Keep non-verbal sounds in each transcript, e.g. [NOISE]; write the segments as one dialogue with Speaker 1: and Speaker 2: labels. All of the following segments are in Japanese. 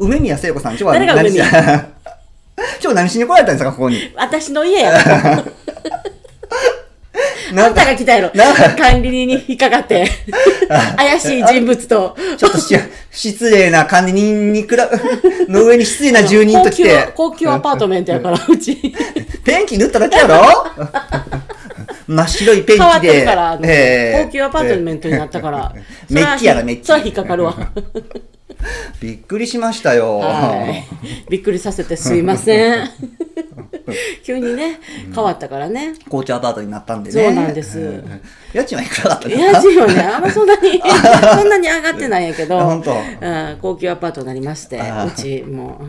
Speaker 1: 梅宮聖子さん、今日は
Speaker 2: 誰が
Speaker 1: 何し、
Speaker 2: 梅
Speaker 1: 今 [LAUGHS] 日何しに来られたんですか、ここに。
Speaker 2: 私の家やろ。あ
Speaker 1: なんん
Speaker 2: た
Speaker 1: か、
Speaker 2: が来たやろ
Speaker 1: なんか。
Speaker 2: 管理人に引っかか
Speaker 1: [LAUGHS]
Speaker 2: って。怪しい人物と。
Speaker 1: ちょっとし失礼な管理人にくら、 [LAUGHS] の上に失礼な住人と来て、
Speaker 2: 高級高級アパートメントやから、うち。
Speaker 1: ペンキ塗っただけやろ [LAUGHS] 真っ白いペン
Speaker 2: 変わ
Speaker 1: キ
Speaker 2: って
Speaker 1: で
Speaker 2: るから、あ、の
Speaker 1: ええ
Speaker 2: 高級アパートメントになったから。
Speaker 1: メッキやらメッキ
Speaker 2: それは引っかかるわ。
Speaker 1: びっくりしましたよ。
Speaker 2: はい。びっくりさせてすいません。急にね、変わったからね。
Speaker 1: 高級アパートになったんでね。
Speaker 2: そうなんです
Speaker 1: ん家賃はいくらだったんです
Speaker 2: 家
Speaker 1: か
Speaker 2: 賃はね、あんまそんなに、そんなに上がってないんやけど、
Speaker 1: あ本当
Speaker 2: うん高級アパートになりまして、
Speaker 1: あ
Speaker 2: うちも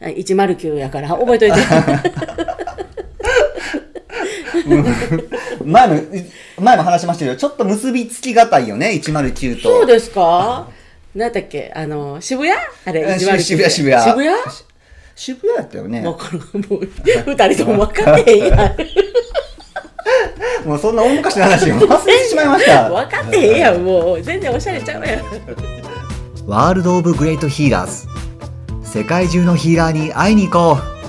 Speaker 2: う、うん109やから、覚えといて。
Speaker 1: 前も、前も話しましたけど、ちょっと結びつきがたいよね、109と。
Speaker 2: そうですかなんだっけあの、渋谷あれ、
Speaker 1: うん
Speaker 2: 109って
Speaker 1: 渋谷渋谷
Speaker 2: 渋谷
Speaker 1: 渋谷だったよね。
Speaker 2: わかる。もう、二人とも分かってへん
Speaker 1: [LAUGHS]
Speaker 2: やん。
Speaker 1: もうそんな大昔の話を忘れてしまいま
Speaker 2: [LAUGHS]
Speaker 1: した。
Speaker 2: 分かってへんやん、もう。全然おしゃれちゃうやん。
Speaker 1: ワールド・オブ・グレート・ヒーラーズ世界中のヒーラーに会いに行こう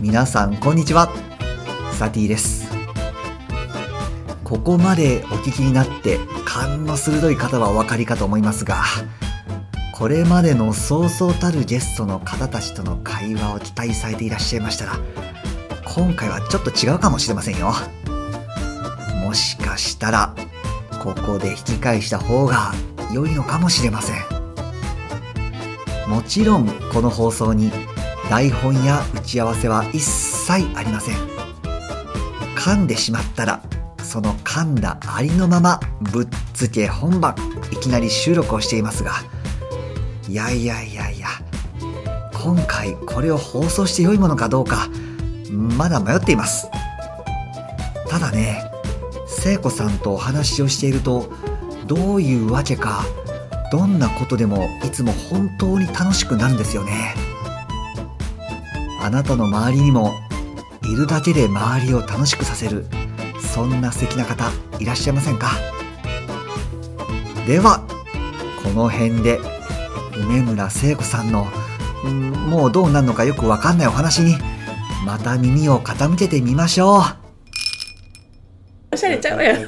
Speaker 1: 皆さんこんにちはサティですここまでお聞きになって勘の鋭い方はお分かりかと思いますがこれまでのそうそうたるゲストの方たちとの会話を期待されていらっしゃいましたら今回はちょっと違うかもしれませんよもしかしたらここで引き返した方が良いのかもしれませんもちろんこの放送に台本や打ち合わせは一切ありません噛んでしまったらその噛んだありのままぶっつけ本番いきなり収録をしていますがいやいやいやいや今回これを放送して良いものかどうかまだ迷っていますただね聖子さんとお話をしているとどういうわけかどんなことでもいつも本当に楽しくなるんですよねあなたの周りにもいるだけで周りを楽しくさせるそんな素敵な方いらっしゃいませんかではこの辺で梅村聖子さんのうんもうどうなるのかよくわかんないお話にまた耳を傾けてみましょう
Speaker 2: おしゃれちゃうやん。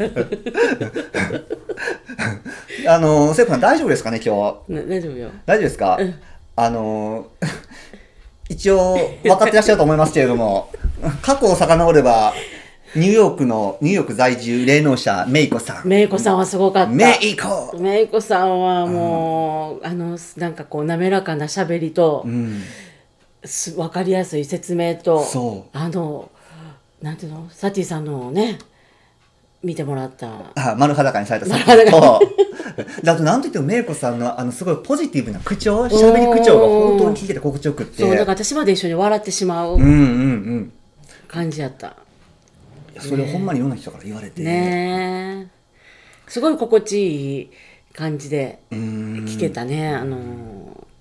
Speaker 1: あの、セイコさん大丈夫ですかね、今日。
Speaker 2: な大丈夫よ。
Speaker 1: 大丈夫ですか、
Speaker 2: うん
Speaker 1: あの、 [LAUGHS] 一応、分かってらっしゃると思いますけれども、 [LAUGHS] 過去を遡れば、ニューヨークの、ニューヨーク在住霊能者、メイコさん。
Speaker 2: メイコさんはすごかった。
Speaker 1: メイコ
Speaker 2: メイコさんはもう、あの、なんかこう、滑らかな喋りと
Speaker 1: う、ん。
Speaker 2: すわかりやすい説明と、
Speaker 1: そう
Speaker 2: あの、なんていうの、サティさんのね、見てもらった。
Speaker 1: あ、丸裸にされた作
Speaker 2: 丸
Speaker 1: 品と、だとなんといってもメイコさんの、あの、すごいポジティブな口調、喋り口調が本当に聞いてて心地よくって。
Speaker 2: そう、だから私まで一緒に笑ってしまう
Speaker 1: うんうん
Speaker 2: 感じやった。
Speaker 1: うん。それをほんまにいろんな人から言われて。
Speaker 2: ねえ。すごい心地いい感じで
Speaker 1: うん。
Speaker 2: 聞けたね。あの、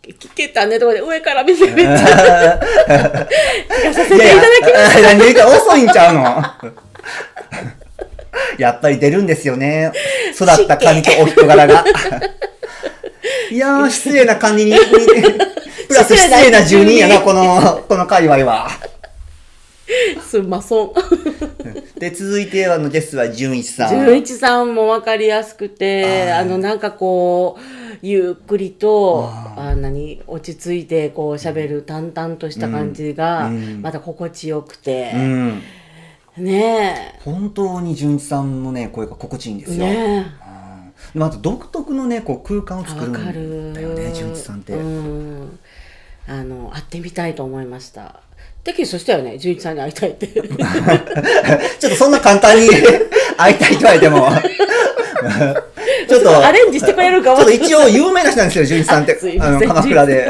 Speaker 2: 聞けたねとかで上から見てめっちゃ
Speaker 1: き
Speaker 2: 聞かさせていただき
Speaker 1: ました。何言うか遅いんちゃうの [LAUGHS] やっぱり出るんですよね。育った髪とお人柄が。いやー、失礼な管
Speaker 2: [LAUGHS]
Speaker 1: 理人。プラス失礼な住人やな、この、この界隈は。
Speaker 2: [LAUGHS] すんまそん。
Speaker 1: で、続いてあのゲストは純一さ
Speaker 2: 純
Speaker 1: ん。
Speaker 2: 一さんも分かりやすくて、
Speaker 1: あー
Speaker 2: あの、なんかこう、ゆっくりと、
Speaker 1: あ
Speaker 2: あ何、落ち着いて、こう、喋る淡々とした感じが、
Speaker 1: うんうん
Speaker 2: また心地よく
Speaker 1: う
Speaker 2: て、
Speaker 1: ん。
Speaker 2: ね
Speaker 1: 本当に純一さんのね、声が心地いいんで
Speaker 2: え、
Speaker 1: すよ。
Speaker 2: ね
Speaker 1: うんでもあと独特のね、こう空間を
Speaker 2: え、あ
Speaker 1: 作る
Speaker 2: わか
Speaker 1: ん
Speaker 2: る。
Speaker 1: だよね、純一さんって。
Speaker 2: うん。あの、会ってみたいと思いました。テキストしたよね、純一さんに会いたいって。
Speaker 1: [LAUGHS] ちょっとそんな簡
Speaker 2: [LAUGHS]
Speaker 1: 単に会いたいと言われても。ちょっと、
Speaker 2: [LAUGHS] アレンジしてくれるか
Speaker 1: ちょ
Speaker 2: も
Speaker 1: っと一応有名な人なんですよ、純一さんって
Speaker 2: あすい。ま
Speaker 1: あ
Speaker 2: せん
Speaker 1: の、鎌倉で。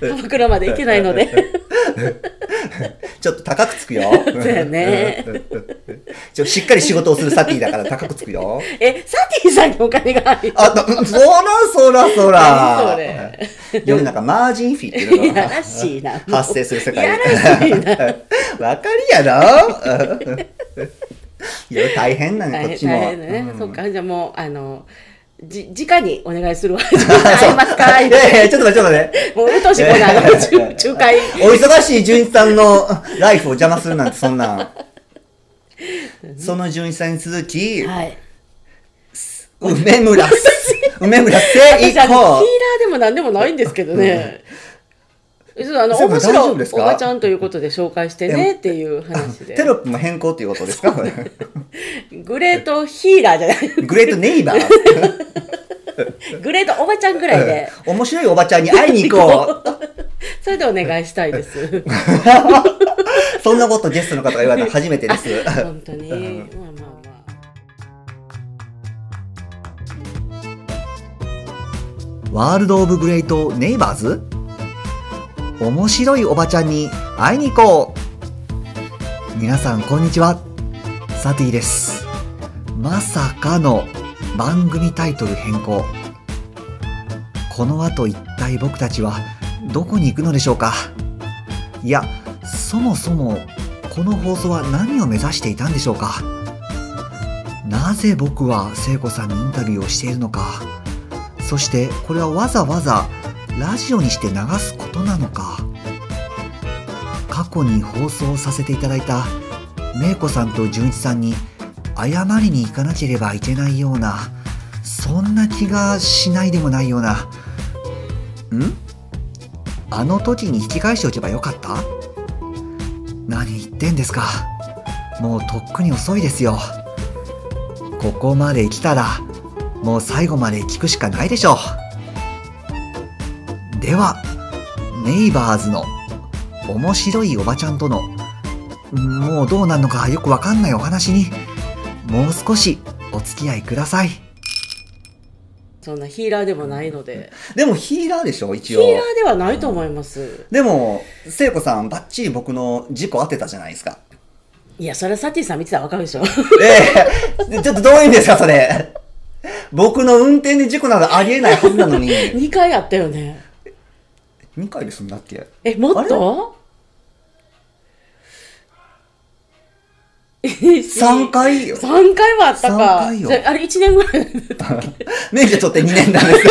Speaker 2: 鎌倉まで行けないので。
Speaker 1: ちょっと高くつくよ。
Speaker 2: そう
Speaker 1: [LAUGHS]
Speaker 2: やね。
Speaker 1: ちょしっかり仕事をするサティだから高くつくよ。
Speaker 2: え、サティさんにお金が入る。
Speaker 1: あ、だうんそらそらそ
Speaker 2: 何そ
Speaker 1: ら。
Speaker 2: れ
Speaker 1: 世の中マージンフィーって
Speaker 2: い
Speaker 1: いうの
Speaker 2: や [LAUGHS]
Speaker 1: が
Speaker 2: らしいな。もう
Speaker 1: 発生する世界。
Speaker 2: いやらしいな。
Speaker 1: [LAUGHS] わかりやろ [LAUGHS] いや、大変なね、こっちも。
Speaker 2: 大変だね、
Speaker 1: うん
Speaker 2: そっかじゃあもうあのじ、直にお願い
Speaker 1: [LAUGHS]
Speaker 2: するわ。会えますか
Speaker 1: いやいや、ちょっと待って、ちょっと待って。
Speaker 2: もう、うとうしいこない
Speaker 1: え
Speaker 2: 仲仲介。
Speaker 1: お忙しい純一さんのライフを邪魔するなんてそんなんその純一さんに続き、
Speaker 2: はい。
Speaker 1: 梅村す梅村
Speaker 2: 私、あの、
Speaker 1: 聖
Speaker 2: ヒーラ
Speaker 1: 子
Speaker 2: ーでも何でもないんですけどね。ちょっとあの、
Speaker 1: そう
Speaker 2: 面
Speaker 1: 大丈
Speaker 2: 白
Speaker 1: 夫
Speaker 2: い
Speaker 1: です
Speaker 2: お
Speaker 1: か
Speaker 2: ばちゃんということで紹介してねっていう話で
Speaker 1: テ。ロップも変更ということですかこれ
Speaker 2: [LAUGHS] グレートヒーラーじゃない。
Speaker 1: グレートネイバー
Speaker 2: グレートおばちゃんぐらいで。
Speaker 1: うん面白いおばちゃんに会いに行こう
Speaker 2: それでお願いしたいです。
Speaker 1: そんなことゲストの方が言われたの初めてです
Speaker 2: 本当に。まあまあまあ。
Speaker 1: ワールド・オブ・グレート・ネイバーズ面白いおばちゃんに会いに行こう皆さんこんにちはサティですまさかの番組タイトル変更この後一体僕たちはどこに行くのでしょうかいやそもそもこの放送は何を目指していたんでしょうかなぜ僕は聖子さんにインタビューをしているのかそしてこれはわざわざラジオにして流すことなのか過去に放送させていただいた芽子さんと純一さんに謝りに行かなければいけないようなそんな気がしないでもないようなんあの時に引き返しておけばよかった何言ってんですかもうとっくに遅いですよここまで来たらもう最後まで聞くしかないでしょうではネイバーズの面白いおばちゃんとのもうどうなるのかよくわかんないお話にもう少しお付き合いください
Speaker 2: そんなヒーラーでもないので。
Speaker 1: でもヒーラーでしょ一
Speaker 2: ヒーラーではないと思います。
Speaker 1: でも聖子さんバッチリ僕の事故当てたじゃないですか [LAUGHS]
Speaker 2: いや、それはサティさん見てたらわかるでしょ。
Speaker 1: ええちょっとどういうんですかそれ僕の運転で事故などありえないはずなのに [LAUGHS]
Speaker 2: 2回あったよね。
Speaker 1: 2回で済んだっけ
Speaker 2: え、もっと
Speaker 1: 3回よ
Speaker 2: 三回はあった
Speaker 1: 三
Speaker 2: か。
Speaker 1: 回よ
Speaker 2: じゃああれ一年ぐらい
Speaker 1: 免許取って2年なんです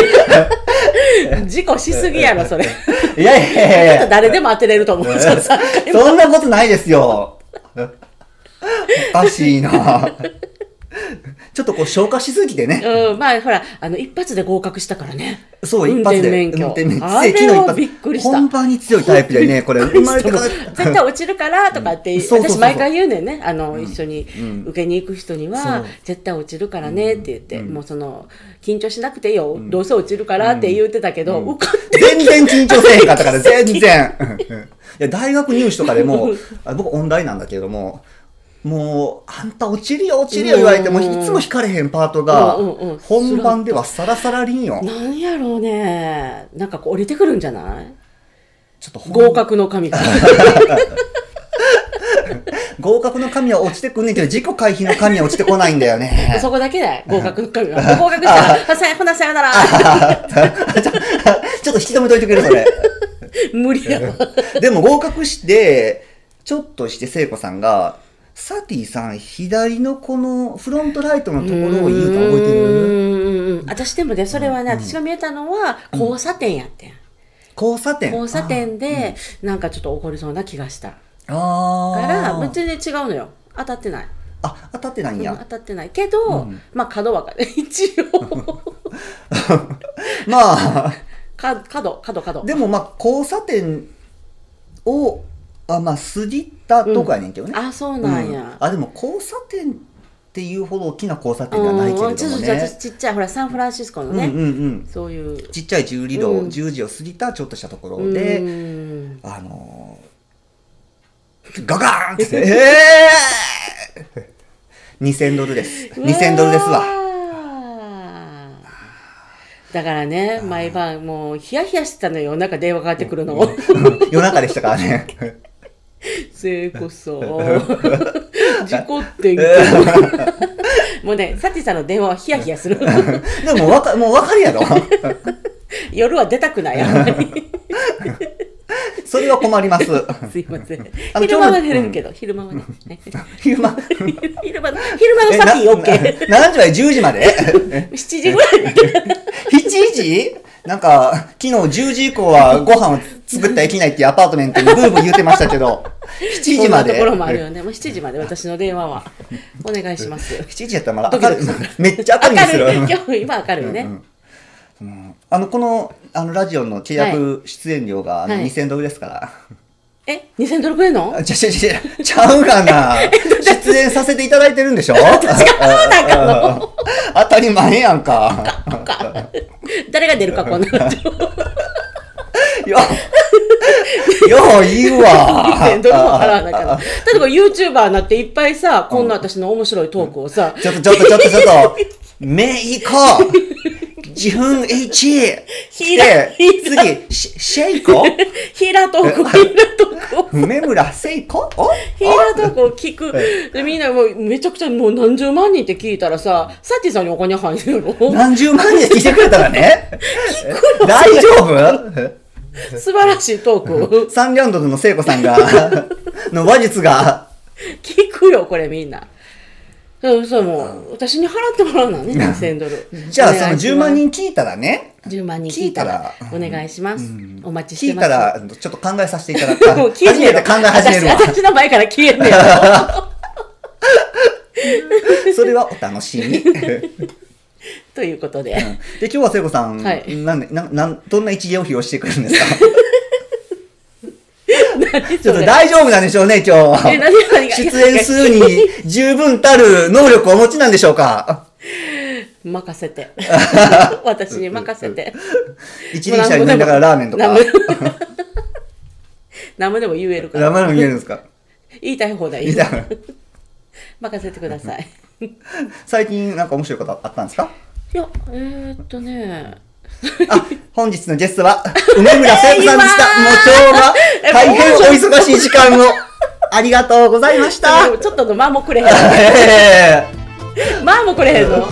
Speaker 1: けど
Speaker 2: 事故しすぎやろ、 [LAUGHS] それ。
Speaker 1: いやいやいやいや、
Speaker 2: 誰でも当てれると思う。じゃあ三回
Speaker 1: そんなことないですよ。おかしいな。ちょっとこう消化しすぎてね。
Speaker 2: うん、まあほら、あの、一発で合格したからね。
Speaker 1: そう、
Speaker 2: 運
Speaker 1: 一発
Speaker 2: 転
Speaker 1: で。
Speaker 2: 免許あ
Speaker 1: 奇跡
Speaker 2: れ
Speaker 1: の一
Speaker 2: は
Speaker 1: 発。
Speaker 2: びっくりした
Speaker 1: 本番に強いタイプでね、これ、生
Speaker 2: [LAUGHS]
Speaker 1: まれてから。
Speaker 2: 絶対落ちるからとかって、
Speaker 1: うんそうそうそうそう
Speaker 2: 私毎回言うねんね。あの、一緒に
Speaker 1: ん
Speaker 2: 受けに行く人に
Speaker 1: そう
Speaker 2: は、絶対落ちるからねって言って、
Speaker 1: うん
Speaker 2: もうその、緊張しなくていいよ、どうせ落ちるからって言ってたけど、
Speaker 1: うん
Speaker 2: 受かって
Speaker 1: 全然緊張せえへんかったから、全然。うんいや、大学入試とかで
Speaker 2: [LAUGHS]
Speaker 1: も、あ僕、音大なんだけれども、もう、あんた落ちるよ、落ちるよ言われても、
Speaker 2: う
Speaker 1: い
Speaker 2: ん
Speaker 1: つも引かれへんパートが
Speaker 2: うんうんうん、
Speaker 1: 本番ではサラサラりんよ。
Speaker 2: なんやろうね。なんかこう降りてくるんじゃない
Speaker 1: ちょっと本番
Speaker 2: 合格の神が。
Speaker 1: 合格の神は落ちてくんねんけど、自己回避の神は落ちてこないんだよね。
Speaker 2: そこだけだよ。合格の神が。合格したら、さよほなさよなら。
Speaker 1: [LAUGHS] ちょっと引き止めといてくれ、それ。
Speaker 2: 無理やわ。
Speaker 1: でも合格して、ちょっとして聖子さんが、サティさん、左のこのフロントライトのところを言うた覚えてる
Speaker 2: る私でもね、それはね、私が見えたのは交差点やってん。
Speaker 1: 交差点。
Speaker 2: 交差点で、なんかちょっと怒りそうな気がした。
Speaker 1: あー。
Speaker 2: から、別に違うのよ。当たってない。
Speaker 1: あ、当たってないん
Speaker 2: うん当
Speaker 1: や。
Speaker 2: たってないけど、まあ角はか [LAUGHS] 一応。
Speaker 1: まあ、 [LAUGHS]
Speaker 2: か角、角、角。
Speaker 1: でもまあ、交差点を、あまあ、過ぎたとこやねんけどね。
Speaker 2: あ、そうなんや。
Speaker 1: あ、でも交差点っていうほど大きな交差点ではないけれども
Speaker 2: うん
Speaker 1: ね。
Speaker 2: ちょっとちょっとちっちゃい、ほら、サンフランシスコのね、
Speaker 1: うんうんうん、
Speaker 2: そういう。
Speaker 1: ちっちゃい十里路、
Speaker 2: うん
Speaker 1: 10時を過ぎたちょっとしたところで、
Speaker 2: うん
Speaker 1: あのー、ガガーンって、えー、2000ドルです2000ドルですわ [LAUGHS]
Speaker 2: わだからね毎晩もうヒヤヒヤしてたのよなんか電話かかってくるのを
Speaker 1: 夜中でしたからね [LAUGHS]
Speaker 2: 聖子さん事故って
Speaker 1: [LAUGHS]
Speaker 2: んけどもうねサティさんの電話はヒヤヒヤ
Speaker 1: [LAUGHS]
Speaker 2: する
Speaker 1: でもわかもう分かるやろ [LAUGHS]
Speaker 2: 夜は出たくないあんまり
Speaker 1: それは困り
Speaker 2: [LAUGHS]
Speaker 1: ます。 [LAUGHS]
Speaker 2: すいません。
Speaker 1: あの
Speaker 2: 昼間
Speaker 1: ちょ
Speaker 2: は寝
Speaker 1: うど
Speaker 2: れるけど、昼間はね。
Speaker 1: 昼
Speaker 2: [LAUGHS]
Speaker 1: 間。 [LAUGHS]
Speaker 2: 昼間の、昼間のサティオッケ
Speaker 1: え [LAUGHS] なな何時まで ?10 時まで
Speaker 2: ー。7時ぐらいに
Speaker 1: ?7 時なんか、昨日10時以降はご飯を作ってはいけないっていうアパートメントにブーブー言ってましたけど、7時まで。
Speaker 2: そんなところもあるよね。もう7時まで私の電話は。お願いします。
Speaker 1: 7時やったらまだ
Speaker 2: ドキ
Speaker 1: 明
Speaker 2: ド
Speaker 1: る
Speaker 2: キ
Speaker 1: い
Speaker 2: する。
Speaker 1: めっちゃ明るいんですよ。
Speaker 2: 明るい今日、今明るいよね。
Speaker 1: うんうんあの、この、あの、ラジオの契約出演料が、あの
Speaker 2: はい
Speaker 1: 2000ドルですから。
Speaker 2: え ?2000 ドルくれんの
Speaker 1: あちゃちゃちゃちゃちゃうがな。出演させていただいてるんでしょ違う
Speaker 2: なんか
Speaker 1: の [LAUGHS] 当たり前やんか。
Speaker 2: とか。誰が出るか、こんなの。
Speaker 1: よ、よう言うわ。
Speaker 2: 2000ドルも払わなきゃな。例えば YouTuber になっていっぱいさ、こんな私の面白いトークをさ、
Speaker 1: ちょっとちょっとちょっとちょっと。目いこう。自分1。
Speaker 2: ヒーラー
Speaker 1: で
Speaker 2: ヒーラ
Speaker 1: 次、シシェイコ
Speaker 2: ヒーラートークを、ヒーラートークを。
Speaker 1: 梅村セイコお
Speaker 2: ヒーラーとこう聞く。で、みんなもうめちゃくちゃもう何十万人って聞いたらさ、サティさんにお金入るの
Speaker 1: 何十万人で聞いてくれたらね。大丈夫
Speaker 2: 素晴らしいトークを。
Speaker 1: サンリャンドルの聖子さんが、の話術が、
Speaker 2: 聞くよ、これみんな。そうそう、もう、私に払ってもらうのね、2000ドル。
Speaker 1: じゃあ
Speaker 2: お
Speaker 1: その
Speaker 2: 願いし
Speaker 1: 10
Speaker 2: ます
Speaker 1: 万。人聞いたらね、
Speaker 2: 10万人
Speaker 1: 聞
Speaker 2: 聞
Speaker 1: い
Speaker 2: い
Speaker 1: た
Speaker 2: た
Speaker 1: ら
Speaker 2: ら、お願いします。お待ちし
Speaker 1: 聞
Speaker 2: て
Speaker 1: い
Speaker 2: ます。
Speaker 1: たら、ちょっと考えさせていただく。あ
Speaker 2: [LAUGHS] もう
Speaker 1: 初
Speaker 2: 消え
Speaker 1: め
Speaker 2: て
Speaker 1: て
Speaker 2: る。
Speaker 1: 考え始めるわ。
Speaker 2: [LAUGHS] 私私の前から消え
Speaker 1: [LAUGHS]
Speaker 2: んねん。
Speaker 1: それはお楽しみ。で、
Speaker 2: ということで。
Speaker 1: 今日は聖子さん、
Speaker 2: はい
Speaker 1: なんなんなんどんな一芸を披露してくるんですかち
Speaker 2: 何そ
Speaker 1: ょっと
Speaker 2: れ
Speaker 1: 大丈夫なんでしょうね、今日
Speaker 2: え
Speaker 1: は。
Speaker 2: 何何
Speaker 1: [LAUGHS]
Speaker 2: が
Speaker 1: 出演するに十分たる能力をお持ちなんでしょうか
Speaker 2: 任せ
Speaker 1: [LAUGHS]
Speaker 2: て。私に任せて。
Speaker 1: 一輪車に乗りながらラーメンとか、
Speaker 2: 何もでも言えるから。
Speaker 1: ラーメンも見えるんですか
Speaker 2: 言いたい放題
Speaker 1: みたいな
Speaker 2: 任せてください。
Speaker 1: 最近なんか面白いことあったんですか
Speaker 2: いや、えー、っとね。
Speaker 1: あ、本日のゲストは、梅村聖子さんでした。もう今日は、大変お忙しい時間を、ありがとうございました
Speaker 2: で。もちょっとの間もくれへん。
Speaker 1: ええ
Speaker 2: 間もくれへんの。